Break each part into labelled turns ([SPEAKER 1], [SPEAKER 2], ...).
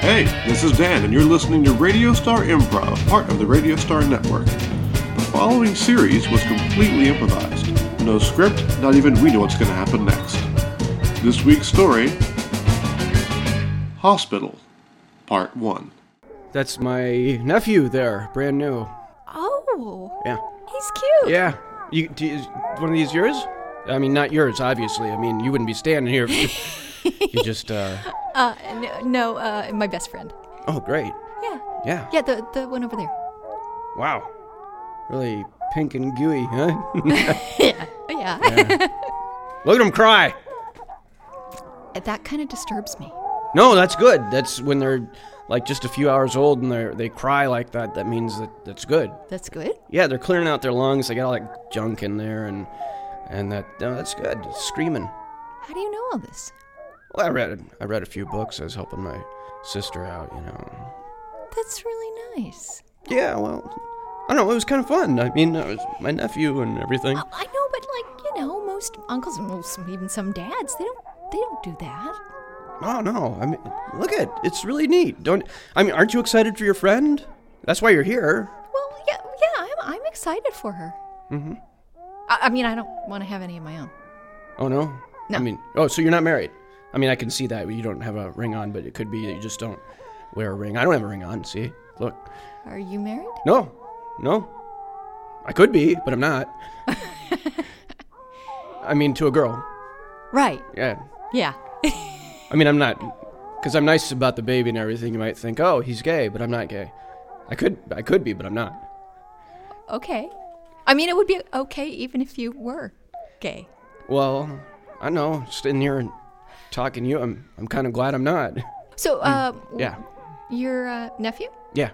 [SPEAKER 1] Hey, this is Dan, and you're listening to Radio Star Improv, part of the Radio Star Network. The following series was completely improvised. No script, not even we know what's going to happen next. This week's story Hospital, Part 1.
[SPEAKER 2] That's my nephew there, brand new.
[SPEAKER 3] Oh,
[SPEAKER 2] Yeah.
[SPEAKER 3] he's cute.
[SPEAKER 2] Yeah. You, do you, is one of these yours? I mean, not yours, obviously. I mean, you wouldn't be standing here if you, you just, uh.
[SPEAKER 3] Uh, no, no uh, my best friend.
[SPEAKER 2] Oh, great.
[SPEAKER 3] Yeah,
[SPEAKER 2] Yeah.
[SPEAKER 3] yeah, the the one over there.
[SPEAKER 2] Wow. Really pink and gooey, huh?
[SPEAKER 3] Oh, yeah,
[SPEAKER 2] Look at him cry.
[SPEAKER 3] that kind of disturbs me.
[SPEAKER 2] No, that's good. That's when they're like just a few hours old and they they cry like that. That means that that's good.
[SPEAKER 3] That's good.
[SPEAKER 2] Yeah, they're clearing out their lungs. They got all that junk in there and and that no, that's good. Screaming.
[SPEAKER 3] How do you know all this?
[SPEAKER 2] Well, I read I read a few books. I was helping my sister out, you know.
[SPEAKER 3] That's really nice.
[SPEAKER 2] Yeah, well, I don't know. It was kind of fun. I mean, it was my nephew and everything.
[SPEAKER 3] Oh, I know, but like you know, most uncles and most- even some dads, they don't they don't do that.
[SPEAKER 2] Oh no, I mean, look at it's really neat. Don't I mean? Aren't you excited for your friend? That's why you're here.
[SPEAKER 3] Well, yeah, yeah, I'm I'm excited for her. Mm-hmm. I, I mean, I don't want to have any of my own.
[SPEAKER 2] Oh no.
[SPEAKER 3] No.
[SPEAKER 2] I mean, oh, so you're not married? I mean, I can see that you don't have a ring on, but it could be that you just don't wear a ring. I don't have a ring on. See, look.
[SPEAKER 3] Are you married?
[SPEAKER 2] No, no. I could be, but I'm not. I mean, to a girl.
[SPEAKER 3] Right.
[SPEAKER 2] Yeah.
[SPEAKER 3] Yeah.
[SPEAKER 2] I mean, I'm not, because I'm nice about the baby and everything. You might think, oh, he's gay, but I'm not gay. I could, I could be, but I'm not.
[SPEAKER 3] okay. I mean, it would be okay even if you were gay.
[SPEAKER 2] Well, I know, just in here and talking to you, I'm, I'm kind of glad I'm not.
[SPEAKER 3] So, uh,
[SPEAKER 2] Mm, Yeah,
[SPEAKER 3] your uh, nephew?
[SPEAKER 2] yeah.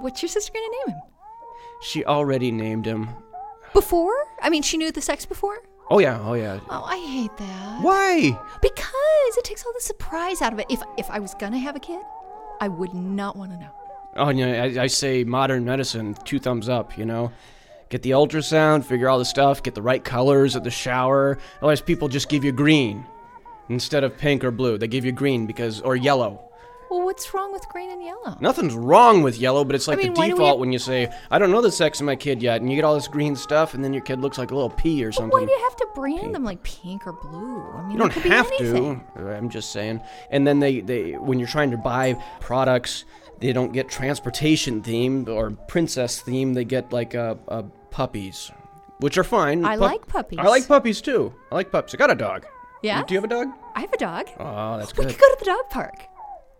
[SPEAKER 3] What's your sister gonna name him?
[SPEAKER 2] She already named him.
[SPEAKER 3] Before? I mean, she knew the sex before?
[SPEAKER 2] Oh yeah, oh yeah.
[SPEAKER 3] Oh, I hate that.
[SPEAKER 2] Why?
[SPEAKER 3] Because it takes all the surprise out of it. If if I was gonna have a kid, I would not want to know.
[SPEAKER 2] Oh yeah, I, I say modern medicine, two thumbs up. You know, get the ultrasound, figure all the stuff, get the right colors at the shower. Otherwise, people just give you green instead of pink or blue. They give you green because or yellow.
[SPEAKER 3] Well, what's wrong with green and yellow?
[SPEAKER 2] Nothing's wrong with yellow, but it's like
[SPEAKER 3] mean,
[SPEAKER 2] the
[SPEAKER 3] why do we
[SPEAKER 2] default
[SPEAKER 3] have-
[SPEAKER 2] when you say, I don't know the sex of my kid yet, and you get all this green stuff, and then your kid looks like a little pea or
[SPEAKER 3] Why
[SPEAKER 2] something.
[SPEAKER 3] do you have to brand them like pink or blue? I mean,
[SPEAKER 2] You don't
[SPEAKER 3] it could
[SPEAKER 2] have
[SPEAKER 3] be anything.
[SPEAKER 2] to. I'm just saying. And then they, they, when you're trying to buy products, they don't get transportation themed or princess themed. They get like uh, uh, puppies, which are fine.
[SPEAKER 3] I like puppies.
[SPEAKER 2] I like puppies too. I like pups. I got a dog.
[SPEAKER 3] Yeah?
[SPEAKER 2] Do you have a dog?
[SPEAKER 3] I have a dog.
[SPEAKER 2] Oh, that's
[SPEAKER 3] we
[SPEAKER 2] good.
[SPEAKER 3] could go to the dog park.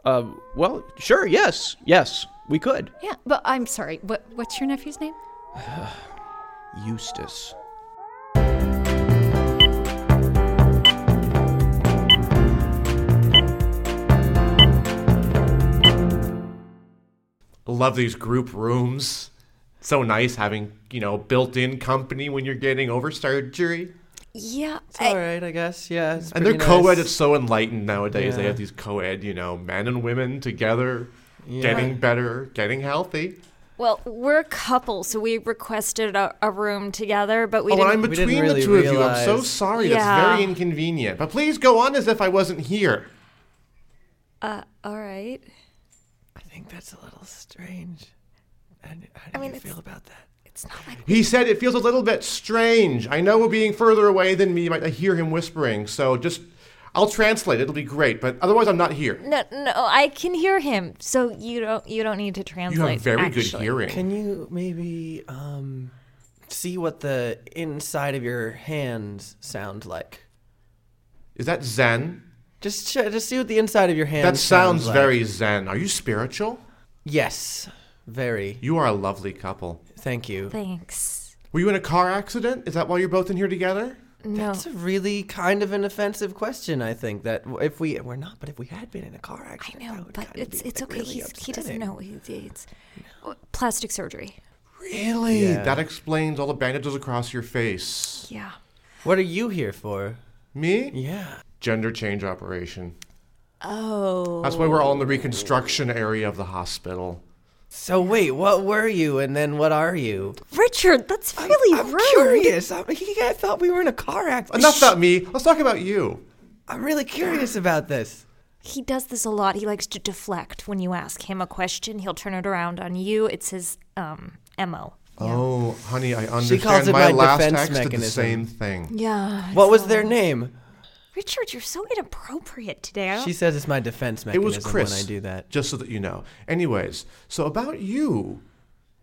[SPEAKER 2] Uh, well, sure. Yes, yes, we could.
[SPEAKER 3] Yeah, but I'm sorry. What what's your nephew's name?
[SPEAKER 2] Eustace.
[SPEAKER 4] love these group rooms. So nice having, you know, built in company when you're getting over surgery.
[SPEAKER 3] Yeah.
[SPEAKER 5] All right, I guess. Yeah. It's
[SPEAKER 4] And they're
[SPEAKER 5] pretty
[SPEAKER 4] co ed,
[SPEAKER 5] nice.
[SPEAKER 4] it's so enlightened nowadays. They
[SPEAKER 5] Yeah.
[SPEAKER 4] have these co ed, you know, men and women together, getting better, getting healthy.
[SPEAKER 6] Well, we're a couple, so we requested a, a room together, but we
[SPEAKER 4] oh, and I'm
[SPEAKER 6] didn't.
[SPEAKER 5] didn't
[SPEAKER 4] between
[SPEAKER 5] really
[SPEAKER 4] the two of you. I'm so
[SPEAKER 5] realize.
[SPEAKER 4] sorry. That's
[SPEAKER 6] Yeah.
[SPEAKER 4] very inconvenient. But please go on as if I wasn't here.
[SPEAKER 6] uh, all right.
[SPEAKER 5] I think that's a little strange. And how do you feel about that?
[SPEAKER 6] It's not like
[SPEAKER 4] He said it feels a little bit strange. I know we're being further away than me. but I hear him whispering. So just, I'll translate. It'll be great. But otherwise, I'm not here.
[SPEAKER 6] no, no. I can hear him, so you don't. You don't need to translate.
[SPEAKER 4] You have very good
[SPEAKER 6] actually.
[SPEAKER 4] hearing.
[SPEAKER 5] Can you maybe um, see what the inside of your hands sound like?
[SPEAKER 4] Is that Zen?
[SPEAKER 5] Just sh- just see what the inside of your hands.
[SPEAKER 4] That sounds
[SPEAKER 5] like.
[SPEAKER 4] very Zen. Are you spiritual?
[SPEAKER 5] Yes, very.
[SPEAKER 4] You are a lovely couple.
[SPEAKER 5] Thank you.
[SPEAKER 6] Thanks.
[SPEAKER 4] Were you in a car accident? Is that why you're both in here together?
[SPEAKER 6] No.
[SPEAKER 5] That's a really kind of an offensive question. I think that w- if we we're not, but if we had been in a car
[SPEAKER 6] I
[SPEAKER 5] accident, that
[SPEAKER 6] know,
[SPEAKER 5] would
[SPEAKER 6] but
[SPEAKER 5] kinda be,
[SPEAKER 6] it's it's
[SPEAKER 5] like,
[SPEAKER 6] okay.
[SPEAKER 5] really
[SPEAKER 6] He's, he doesn't
[SPEAKER 5] upsetting.
[SPEAKER 6] know. He, it's uh, plastic surgery.
[SPEAKER 4] Really?
[SPEAKER 5] Yeah.
[SPEAKER 4] That explains all the bandages across your face.
[SPEAKER 6] Yeah.
[SPEAKER 5] What are you here for?
[SPEAKER 4] Me?
[SPEAKER 5] Yeah.
[SPEAKER 4] Gender change operation.
[SPEAKER 6] Oh.
[SPEAKER 4] That's why we're all in the reconstruction area of the hospital.
[SPEAKER 5] So wait, what were you, and then what are you?
[SPEAKER 6] Richard, that's really
[SPEAKER 5] I'm
[SPEAKER 6] rude.
[SPEAKER 5] curious. I'm, I thought we were in a car accident.
[SPEAKER 4] Enough about me. Let's talk about you.
[SPEAKER 5] I'm really curious about this.
[SPEAKER 6] He does this a lot. He likes to deflect when you ask him a question. He'll turn it around on you. It's his um mo.
[SPEAKER 4] Oh, honey, I understand.
[SPEAKER 5] She calls it
[SPEAKER 4] my,
[SPEAKER 5] my
[SPEAKER 4] last
[SPEAKER 5] defense
[SPEAKER 4] ex did the
[SPEAKER 5] mechanism.
[SPEAKER 4] same thing.
[SPEAKER 6] Yeah.
[SPEAKER 5] What was their name?
[SPEAKER 6] Richard, you're so inappropriate today. I don't-
[SPEAKER 5] She says it's my defense
[SPEAKER 4] It
[SPEAKER 5] mechanism
[SPEAKER 4] was Chris.
[SPEAKER 5] when I do that.
[SPEAKER 4] Just so that you know. Anyways, so about you,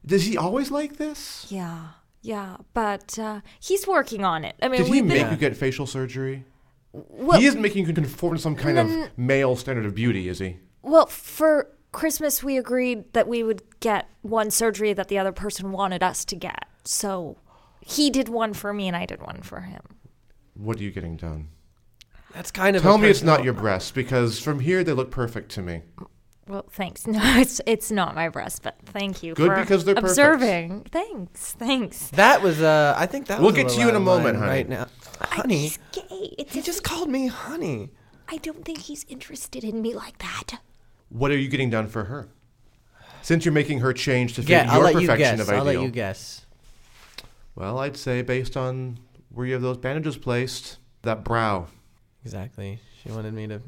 [SPEAKER 4] does he always like this?
[SPEAKER 6] yeah. Yeah, but uh, he's working on it. I mean,
[SPEAKER 4] Did he
[SPEAKER 6] we've
[SPEAKER 4] make
[SPEAKER 6] been
[SPEAKER 4] you get facial surgery?
[SPEAKER 6] well,
[SPEAKER 4] he isn't making you conform to some kind of male standard of beauty, is he?
[SPEAKER 6] well for Christmas we agreed that we would get one surgery that the other person wanted us to get. So he did one for me and I did one for him.
[SPEAKER 4] What are you getting done?
[SPEAKER 5] That's kind of. a
[SPEAKER 4] Tell me it's not
[SPEAKER 5] personal-
[SPEAKER 4] your breasts, because from here they look perfect to me.
[SPEAKER 6] Well, thanks. No, it's it's not my breast, but thank you
[SPEAKER 4] Good,
[SPEAKER 6] for
[SPEAKER 4] because they're perfect.
[SPEAKER 6] observing. Thanhanks, thanks.
[SPEAKER 5] That was. Uh, I think that.
[SPEAKER 4] We'll
[SPEAKER 5] was
[SPEAKER 4] get
[SPEAKER 5] little
[SPEAKER 4] to you in
[SPEAKER 5] out
[SPEAKER 4] a
[SPEAKER 5] of
[SPEAKER 4] moment,
[SPEAKER 5] line
[SPEAKER 4] honey.
[SPEAKER 5] Right now, honey.
[SPEAKER 6] He's gay. It's
[SPEAKER 5] He just called me honey.
[SPEAKER 6] I don't think he's interested in me like that.
[SPEAKER 4] What are you getting done for her? Since you're making her change to fit
[SPEAKER 5] Yeah, I'll
[SPEAKER 4] your
[SPEAKER 5] let you
[SPEAKER 4] perfection
[SPEAKER 5] guess.
[SPEAKER 4] of
[SPEAKER 5] I'll
[SPEAKER 4] ideal.
[SPEAKER 5] let you guess.
[SPEAKER 4] Well, I'd say based on where you have those bandages placed, that brow.
[SPEAKER 5] Exactly. She wanted me to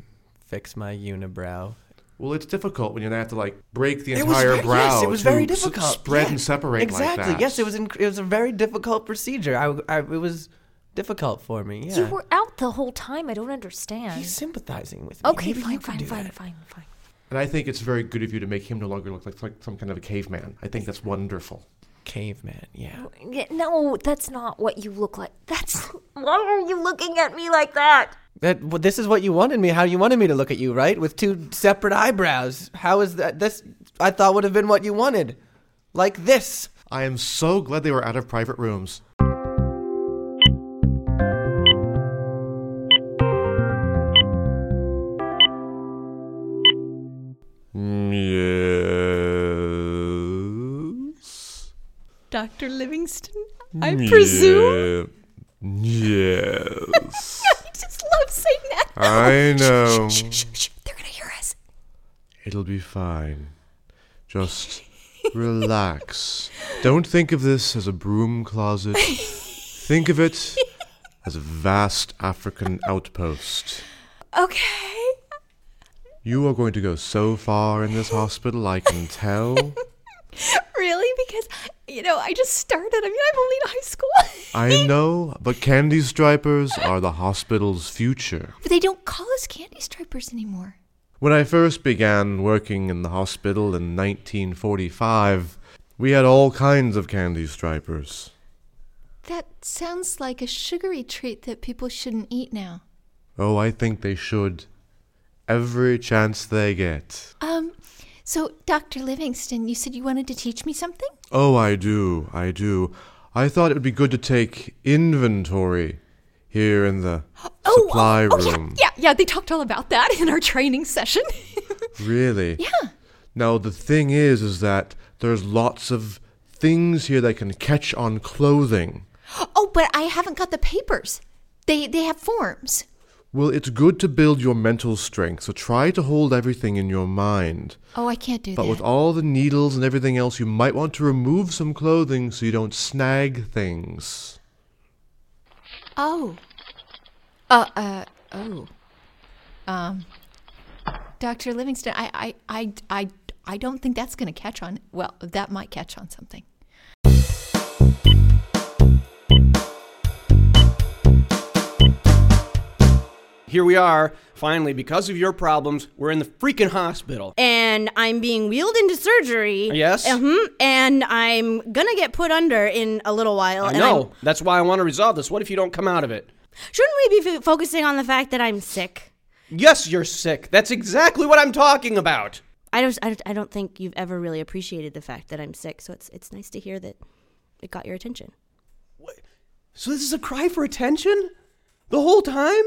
[SPEAKER 5] fix my unibrow.
[SPEAKER 4] Well, it's difficult when you have to like break the
[SPEAKER 5] It was
[SPEAKER 4] entire
[SPEAKER 5] very-
[SPEAKER 4] brow.
[SPEAKER 5] Yes, it was
[SPEAKER 4] to
[SPEAKER 5] very
[SPEAKER 4] s-
[SPEAKER 5] difficult.
[SPEAKER 4] spread
[SPEAKER 5] Yeah,
[SPEAKER 4] and separate
[SPEAKER 5] Exactly.
[SPEAKER 4] like that.
[SPEAKER 5] Yes, it was. Inc- it was a very difficult procedure. I, w- I- It was difficult for me. Yeah.
[SPEAKER 6] You were out the whole time. I don't understand.
[SPEAKER 5] He's sympathizing with me.
[SPEAKER 6] okay,
[SPEAKER 5] Maybe you
[SPEAKER 6] fine,
[SPEAKER 5] could
[SPEAKER 6] fine,
[SPEAKER 5] do
[SPEAKER 6] fine,
[SPEAKER 5] that.
[SPEAKER 6] fine, fine.
[SPEAKER 4] And I think it's very good of you to make him no longer look like, like some kind of a caveman. I think that's wonderful.
[SPEAKER 5] Caveman. Yeah.
[SPEAKER 6] Yeah, No, that's not what you look like. That's why are you looking at me like that?
[SPEAKER 5] That well, this is what you wanted me. How you wanted me to look at you, right? With two separate eyebrows. How is that? This I thought would have been what you wanted, like this.
[SPEAKER 4] I am so glad they were out of private rooms. Yes.
[SPEAKER 7] Dr. Livingston, I presume.
[SPEAKER 4] Yes.
[SPEAKER 7] I just love saying that.
[SPEAKER 4] I know.
[SPEAKER 7] Shh,
[SPEAKER 2] Mm.
[SPEAKER 7] shh, they're going to hear us.
[SPEAKER 4] It'll be fine. Just relax. Don't think of this as a broom closet. Think of it as a vast African outpost.
[SPEAKER 7] Okay.
[SPEAKER 4] You are going to go so far in this hospital, I can tell.
[SPEAKER 7] Really? Because, you know, I just started. I mean, I'm only in high school.
[SPEAKER 4] I know, but candy stripers are the hospital's future.
[SPEAKER 3] But they don't call us candy stripers anymore.
[SPEAKER 4] When I first began working in the hospital in 1945, we had all kinds of candy stripers.
[SPEAKER 3] That sounds like a sugary treat that people shouldn't eat now.
[SPEAKER 4] Oh, I think they should. Every chance they get.
[SPEAKER 3] Um, so Dr. Livingston, you said you wanted to teach me something?
[SPEAKER 4] Oh, I do, I do. I thought it would be good to take inventory here in the
[SPEAKER 3] Oh,
[SPEAKER 4] supply
[SPEAKER 3] oh, oh,
[SPEAKER 4] room.
[SPEAKER 3] yeah, yeah, yeah. They talked all about that in our training session.
[SPEAKER 4] Really? Yeah. Now, the thing is, is that there's lots of things here that can catch on clothing.
[SPEAKER 3] oh, but I haven't got the papers. They they have forms.
[SPEAKER 4] Well, it's good to build your mental strength, so try to hold everything in your mind.
[SPEAKER 3] Oh, I can't do
[SPEAKER 4] But
[SPEAKER 3] that.
[SPEAKER 4] with all the needles and everything else, you might want to remove some clothing so you don't snag things.
[SPEAKER 3] oh. Uh uh oh. Um Dr. Livingston, I I I I I don't think that's going to catch on. Well, that might catch on something.
[SPEAKER 2] Here we are, finally, because of your problems, we're in the freaking hospital.
[SPEAKER 8] and I'm being wheeled into surgery.
[SPEAKER 2] Yes.
[SPEAKER 8] Mhm. and I'm gonna get put under in a little while.
[SPEAKER 2] I
[SPEAKER 8] and
[SPEAKER 2] know. That's why I want to resolve this. What if you don't come out of it?
[SPEAKER 8] I'm- shouldn't we be f- focusing on the fact that I'm sick?
[SPEAKER 2] Yes, you're sick. That's exactly what I'm talking about.
[SPEAKER 8] I don't. I don't- I don't think you've ever really appreciated the fact that I'm sick. So it's it's nice to hear that it got your attention.
[SPEAKER 2] So this is a cry for attention? The whole time?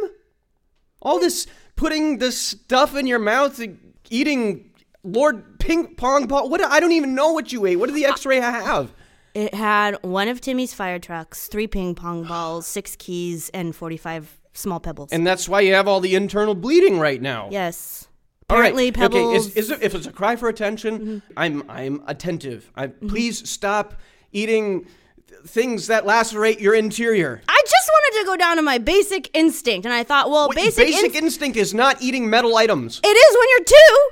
[SPEAKER 2] All this putting this stuff in your mouth, eating Lord Ping Pong Ball. What I don't even know what you ate. What did the X-ray have?
[SPEAKER 8] It had one of Timmy's fire trucks, three ping pong balls, six keys, and forty-five small pebbles.
[SPEAKER 2] And that's why you have all the internal bleeding right now.
[SPEAKER 8] yes.
[SPEAKER 2] All right.
[SPEAKER 8] Apparently, pebbles. Mm-hmm.
[SPEAKER 2] Okay, is, is it, if it's a cry for attention, I'm I'm attentive. I please stop eating th- things that lacerate your interior.
[SPEAKER 8] I just just wanted to go down to my basic instinct, and I thought, well,
[SPEAKER 2] Wait,
[SPEAKER 8] basic,
[SPEAKER 2] basic
[SPEAKER 8] inst-
[SPEAKER 2] instinct is not eating metal items.
[SPEAKER 8] it is when you're two.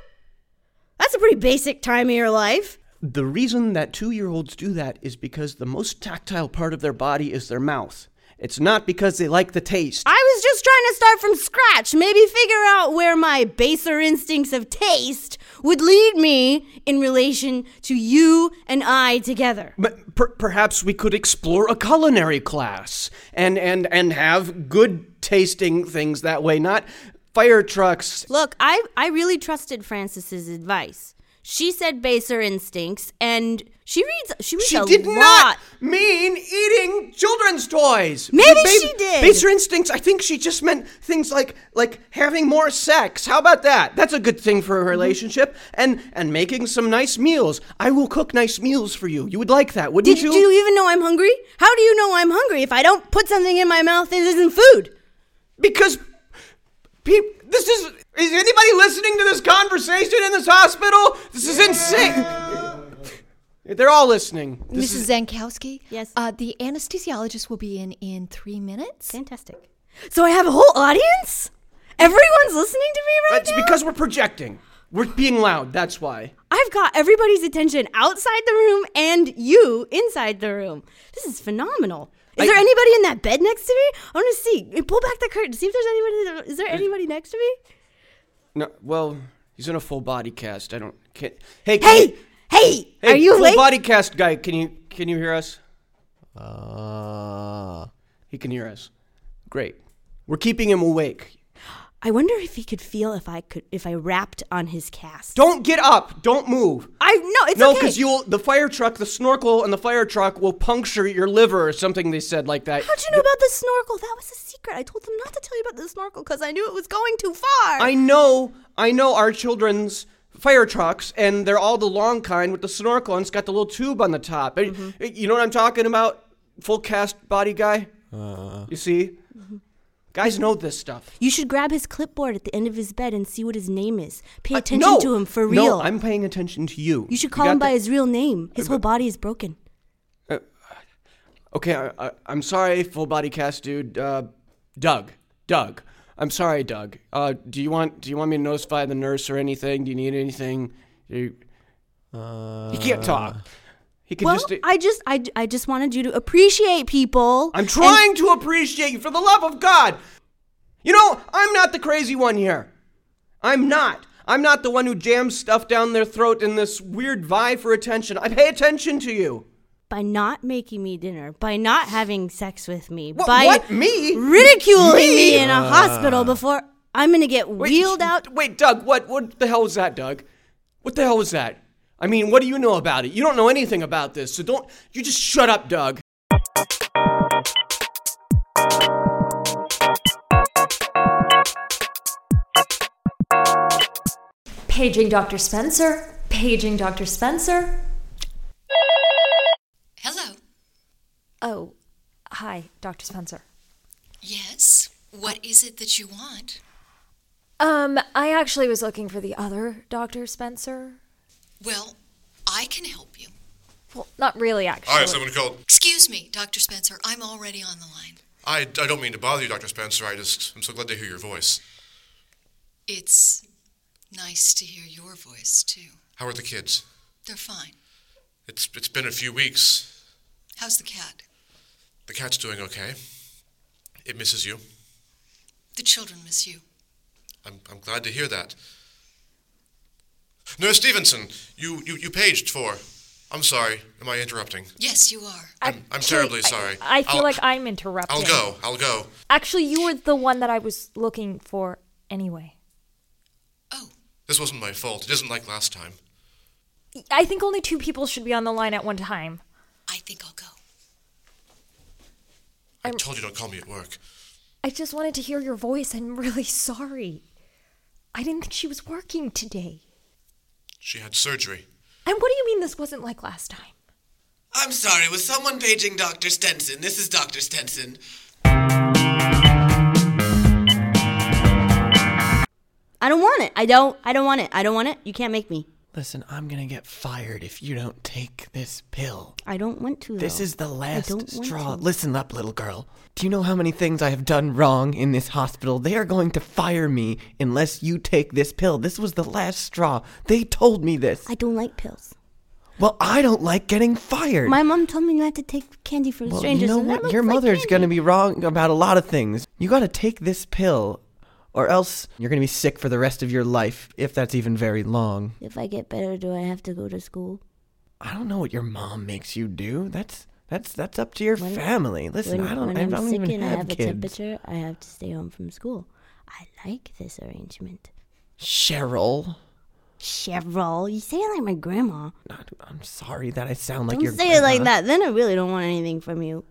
[SPEAKER 8] That's a pretty basic time of your life.
[SPEAKER 2] The reason that two year olds do that is because the most tactile part of their body is their mouth. It's not because they like the taste.
[SPEAKER 8] I was just trying to start from scratch, maybe figure out where my baser instincts of taste would lead me in relation to you and I together.
[SPEAKER 2] But per- perhaps we could explore a culinary class and, and, and have good tasting things that way, not fire trucks.
[SPEAKER 8] Look, I, I really trusted Francis's advice. She said baser instincts, and she reads. She reads
[SPEAKER 2] She
[SPEAKER 8] a
[SPEAKER 2] did
[SPEAKER 8] lot.
[SPEAKER 2] not mean eating children's toys.
[SPEAKER 8] Maybe
[SPEAKER 2] The
[SPEAKER 8] she did.
[SPEAKER 2] Baser instincts. I think she just meant things like like having more sex. How about that? That's a good thing for
[SPEAKER 8] Mm-hmm.
[SPEAKER 2] a relationship. And and making some nice meals. I will cook nice meals for you. You would like that, wouldn't
[SPEAKER 8] Did
[SPEAKER 2] you?
[SPEAKER 8] do you e-, even know I'm hungry? How do you know I'm hungry if I don't put something in my mouth that isn't food?
[SPEAKER 2] because peop this is is anybody listening to this conversation in this hospital? This is insane. They're all listening. This
[SPEAKER 3] Mrs. Zankowski?
[SPEAKER 8] Yes.
[SPEAKER 3] Uh, the anesthesiologist will be in in three minutes.
[SPEAKER 8] Fantastic. So I have a whole audience? Everyone's listening to me right
[SPEAKER 2] That's
[SPEAKER 8] now?
[SPEAKER 2] because we're projecting. We're being loud. That's why.
[SPEAKER 8] I've got everybody's attention outside the room and you inside the room. This is phenomenal. Is
[SPEAKER 2] I-
[SPEAKER 8] there anybody in that bed next to me? I want to see. Pull back the curtain. See if there's anybody. Is there anybody next to me?
[SPEAKER 2] No, well, he's in a full body cast. I don't. Can, hey,
[SPEAKER 8] Hey, hey,
[SPEAKER 2] hey,
[SPEAKER 8] are you
[SPEAKER 2] full
[SPEAKER 8] awake?
[SPEAKER 2] body cast guy? Can you can you hear us?
[SPEAKER 5] Uh,
[SPEAKER 2] He can hear us. Great. We're keeping him awake.
[SPEAKER 8] I wonder if he could feel if I could if I rapped on his cast.
[SPEAKER 2] Don't get up. Don't move.
[SPEAKER 8] I no, it's
[SPEAKER 2] no,
[SPEAKER 8] okay.
[SPEAKER 2] because you'll the fire truck, the snorkel, and the fire truck will puncture your liver or something. They said like that.
[SPEAKER 8] How'd you know about the snorkel? That was a secret. I told them not to tell you about the snorkel because I knew it was going too far.
[SPEAKER 2] I know. I know our children's fire trucks, and they're all the long kind with the snorkel, and it's got the little tube on the top. And-
[SPEAKER 8] Mm-hmm.
[SPEAKER 2] You know what I'm talking about? Full cast body guy. you see,
[SPEAKER 8] Mm-hmm.
[SPEAKER 2] guys know this stuff.
[SPEAKER 8] you should grab his clipboard at the end of his bed and see what his name is. Pay
[SPEAKER 2] Uh,
[SPEAKER 8] attention
[SPEAKER 2] no,
[SPEAKER 8] to him for real.
[SPEAKER 2] No, I'm paying attention to you.
[SPEAKER 8] you should call him
[SPEAKER 2] got
[SPEAKER 8] by
[SPEAKER 2] that?
[SPEAKER 8] his real name. His whole body is broken.
[SPEAKER 2] Okay, I, I, I'm sorry, full body cast dude. Uh, Doug, Doug. I'm sorry, Doug. Uh, do you want do you want me to notify the nurse or anything? Do you need anything? Do you, he can't talk. He can
[SPEAKER 8] Well,
[SPEAKER 2] just.
[SPEAKER 8] I just, I, I just wanted you to appreciate people.
[SPEAKER 2] I'm trying to appreciate you for the love of God. You know, I'm not the crazy one here. I'm not. I'm not the one who jams stuff down their throat in this weird vie for attention. I pay attention to you.
[SPEAKER 8] by not making me dinner, by not having sex with me,
[SPEAKER 2] What?
[SPEAKER 8] by
[SPEAKER 2] what? Me?
[SPEAKER 8] ridiculing me,
[SPEAKER 2] Me?
[SPEAKER 8] in a hospital before I'm gonna get wheeled
[SPEAKER 2] sh-
[SPEAKER 8] out.
[SPEAKER 2] Wait, Doug, what what the hell was that, Doug? What the hell was that? I mean, what do you know about it? You don't know anything about this, so don't you just shut up, Doug.
[SPEAKER 7] Paging Dr. Spencer. Paging Dr. Spencer.
[SPEAKER 9] Hello.
[SPEAKER 7] Oh, hi, Dr. Spencer.
[SPEAKER 9] Yes. What is it that you want?
[SPEAKER 7] Um, I actually was looking for the other Dr. Spencer.
[SPEAKER 9] Well, I can help you.
[SPEAKER 7] Well, not really, actually.
[SPEAKER 4] I have someone called.
[SPEAKER 9] Excuse me, Dr. Spencer. I'm already on the line.
[SPEAKER 4] I, I don't mean to bother you, Dr. Spencer. I just, I'm so glad to hear your voice.
[SPEAKER 9] It's nice to hear your voice, too.
[SPEAKER 4] How are the kids?
[SPEAKER 9] They're fine.
[SPEAKER 4] It's, it's been a few weeks.
[SPEAKER 9] How's the cat?
[SPEAKER 4] The cat's doing okay. It misses you.
[SPEAKER 9] The children miss you.
[SPEAKER 4] I'm, I'm glad to hear that. Nurse Stevenson, you, you, you paged for. I'm sorry. Am I interrupting?
[SPEAKER 9] Yes, you are.
[SPEAKER 4] I'm, I'm
[SPEAKER 7] Actually,
[SPEAKER 4] terribly
[SPEAKER 7] I-
[SPEAKER 4] sorry.
[SPEAKER 7] I, feel
[SPEAKER 4] I'll-
[SPEAKER 7] like I'm interrupting.
[SPEAKER 4] I'll go. I'll go.
[SPEAKER 7] Actually, you were the one that I was looking for anyway.
[SPEAKER 9] Oh,
[SPEAKER 4] This wasn't my fault. It isn't like last time.
[SPEAKER 7] I think only two people should be on the line at one time.
[SPEAKER 9] I think I'll go.
[SPEAKER 4] I
[SPEAKER 7] I'm-
[SPEAKER 4] told you don't call me at work.
[SPEAKER 7] I just wanted to hear your voice. I'm really sorry. I didn't think she was working today.
[SPEAKER 4] She had surgery.
[SPEAKER 7] And what do you mean this wasn't like last time?
[SPEAKER 10] I'm sorry, was someone paging Dr. Stenson? This is Dr. Stenson.
[SPEAKER 8] I don't want it. I don't. I don't want it. I don't want it. You can't make me.
[SPEAKER 5] Listen, I'm gonna get fired if you don't take this pill.
[SPEAKER 8] I don't want to.
[SPEAKER 5] This
[SPEAKER 8] though.
[SPEAKER 5] is the
[SPEAKER 8] I
[SPEAKER 5] last
[SPEAKER 8] don't want
[SPEAKER 5] straw.
[SPEAKER 8] to.
[SPEAKER 5] Listen up, little girl. Do you know how many things I have done wrong in this hospital? They are going to fire me unless you take this pill. This was the last straw. They told me this.
[SPEAKER 8] I don't like pills.
[SPEAKER 5] Well, I don't like getting fired.
[SPEAKER 8] My mom told me not to take candy from
[SPEAKER 5] well,
[SPEAKER 8] strangers.
[SPEAKER 5] you know
[SPEAKER 8] and that
[SPEAKER 5] what?
[SPEAKER 8] looks
[SPEAKER 5] Your
[SPEAKER 8] like
[SPEAKER 5] mother's
[SPEAKER 8] candy.
[SPEAKER 5] going to be wrong about a lot of things. You got to take this pill, or else you're going to be sick for the rest of your life, if that's even very long.
[SPEAKER 8] If I get better, do I have to go to school?
[SPEAKER 5] I don't know what your mom makes you do. That's that's that's up to your family. Listen,
[SPEAKER 8] when,
[SPEAKER 5] I don't.
[SPEAKER 8] When
[SPEAKER 5] I
[SPEAKER 8] I'm
[SPEAKER 5] don't
[SPEAKER 8] sick
[SPEAKER 5] even
[SPEAKER 8] and
[SPEAKER 5] have,
[SPEAKER 8] I have
[SPEAKER 5] kids.
[SPEAKER 8] a temperature, I have to stay home from school. I like this arrangement.
[SPEAKER 5] Cheryl,
[SPEAKER 8] Cheryl, you say it like my grandma.
[SPEAKER 5] I'm sorry that I sound like
[SPEAKER 8] don't
[SPEAKER 5] your.
[SPEAKER 8] say it like
[SPEAKER 5] grandma.
[SPEAKER 8] that. Then I really don't want anything from you.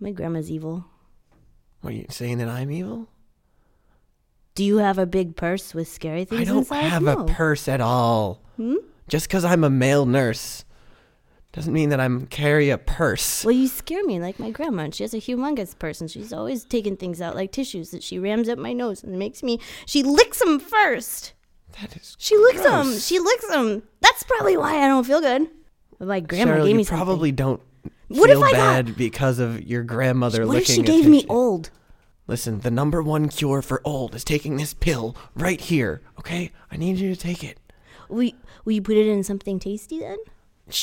[SPEAKER 8] My grandma's evil.
[SPEAKER 5] What are you saying that I'm evil?
[SPEAKER 8] Do you have a big purse with scary things
[SPEAKER 5] I don't
[SPEAKER 8] inside?
[SPEAKER 5] have
[SPEAKER 8] No.
[SPEAKER 5] a purse at all.
[SPEAKER 8] Hmm?
[SPEAKER 5] Just because I'm a male nurse doesn't mean that I'm carry a purse.
[SPEAKER 8] Well, you scare me like my grandma. She has a humongous purse, and she's always taking things out like tissues that she rams up my nose and makes me. She licks them first.
[SPEAKER 5] That is.
[SPEAKER 8] She licks them.
[SPEAKER 5] Oh, gross.
[SPEAKER 8] She licks them. That's probably why I don't feel good. But my grandma
[SPEAKER 5] Cheryl,
[SPEAKER 8] gave
[SPEAKER 5] you
[SPEAKER 8] me something.
[SPEAKER 5] probably don't
[SPEAKER 8] What if
[SPEAKER 5] feel
[SPEAKER 8] I got-
[SPEAKER 5] bad because of your grandmother
[SPEAKER 8] What if
[SPEAKER 5] licking
[SPEAKER 8] she
[SPEAKER 5] a
[SPEAKER 8] gave
[SPEAKER 5] tissue.
[SPEAKER 8] me old?
[SPEAKER 5] Listen, the number one cure for old is taking this pill right here. Okay, I need you to take it.
[SPEAKER 8] Will, will you put it in something tasty then?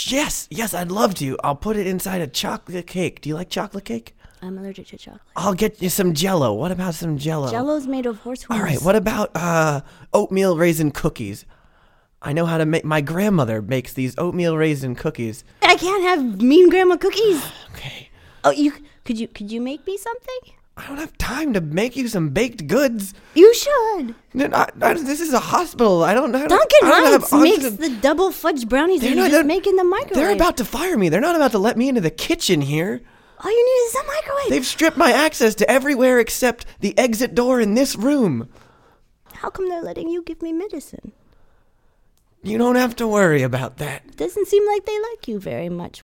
[SPEAKER 5] Yes, yes, I'd love to. I'll put it inside a chocolate cake. Do you like chocolate cake?
[SPEAKER 8] I'm allergic to chocolate.
[SPEAKER 5] I'll get you some jello. What about some jello?
[SPEAKER 8] Jello's made of horse
[SPEAKER 5] Oh. All
[SPEAKER 8] horns.
[SPEAKER 5] right, what about uh, oatmeal raisin cookies? I know how to make. My grandmother makes these oatmeal raisin cookies.
[SPEAKER 8] I can't have mean grandma cookies. okay. Oh, you could you could you make me something?
[SPEAKER 5] I don't have time to make you some baked goods.
[SPEAKER 8] You should.
[SPEAKER 5] No, no, I- this is a hospital. I don't know.
[SPEAKER 8] Duncan
[SPEAKER 5] I don't have
[SPEAKER 8] Hines makes
[SPEAKER 5] oxygen-
[SPEAKER 8] the double fudge brownies
[SPEAKER 5] They're
[SPEAKER 8] that you
[SPEAKER 5] not-
[SPEAKER 8] just
[SPEAKER 5] they're-
[SPEAKER 8] make in the microwave.
[SPEAKER 5] They're about to fire me. They're not about to let me into the kitchen here.
[SPEAKER 8] All you need is a microwave.
[SPEAKER 5] They've stripped my access to everywhere except the exit door in this room.
[SPEAKER 8] How come they're letting you give me medicine?
[SPEAKER 5] You don't have to worry about that.
[SPEAKER 8] It doesn't seem like they like you very much.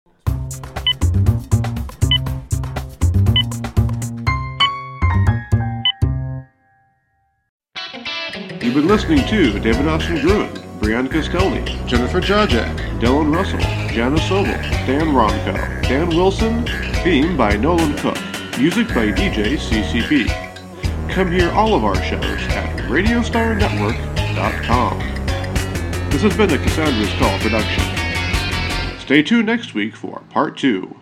[SPEAKER 1] You've been listening to David Austin Gruen, Brian Castelny, Jennifer Jajak, Dylan Russell, Jana Sobel, Dan Ronco, Dan Wilson, theme by Nolan Cook, music by DJ CCP. Come hear all of our shows at RadiostarNetwork.com. This has been a Cassandra's Call production. Stay tuned next week for part two.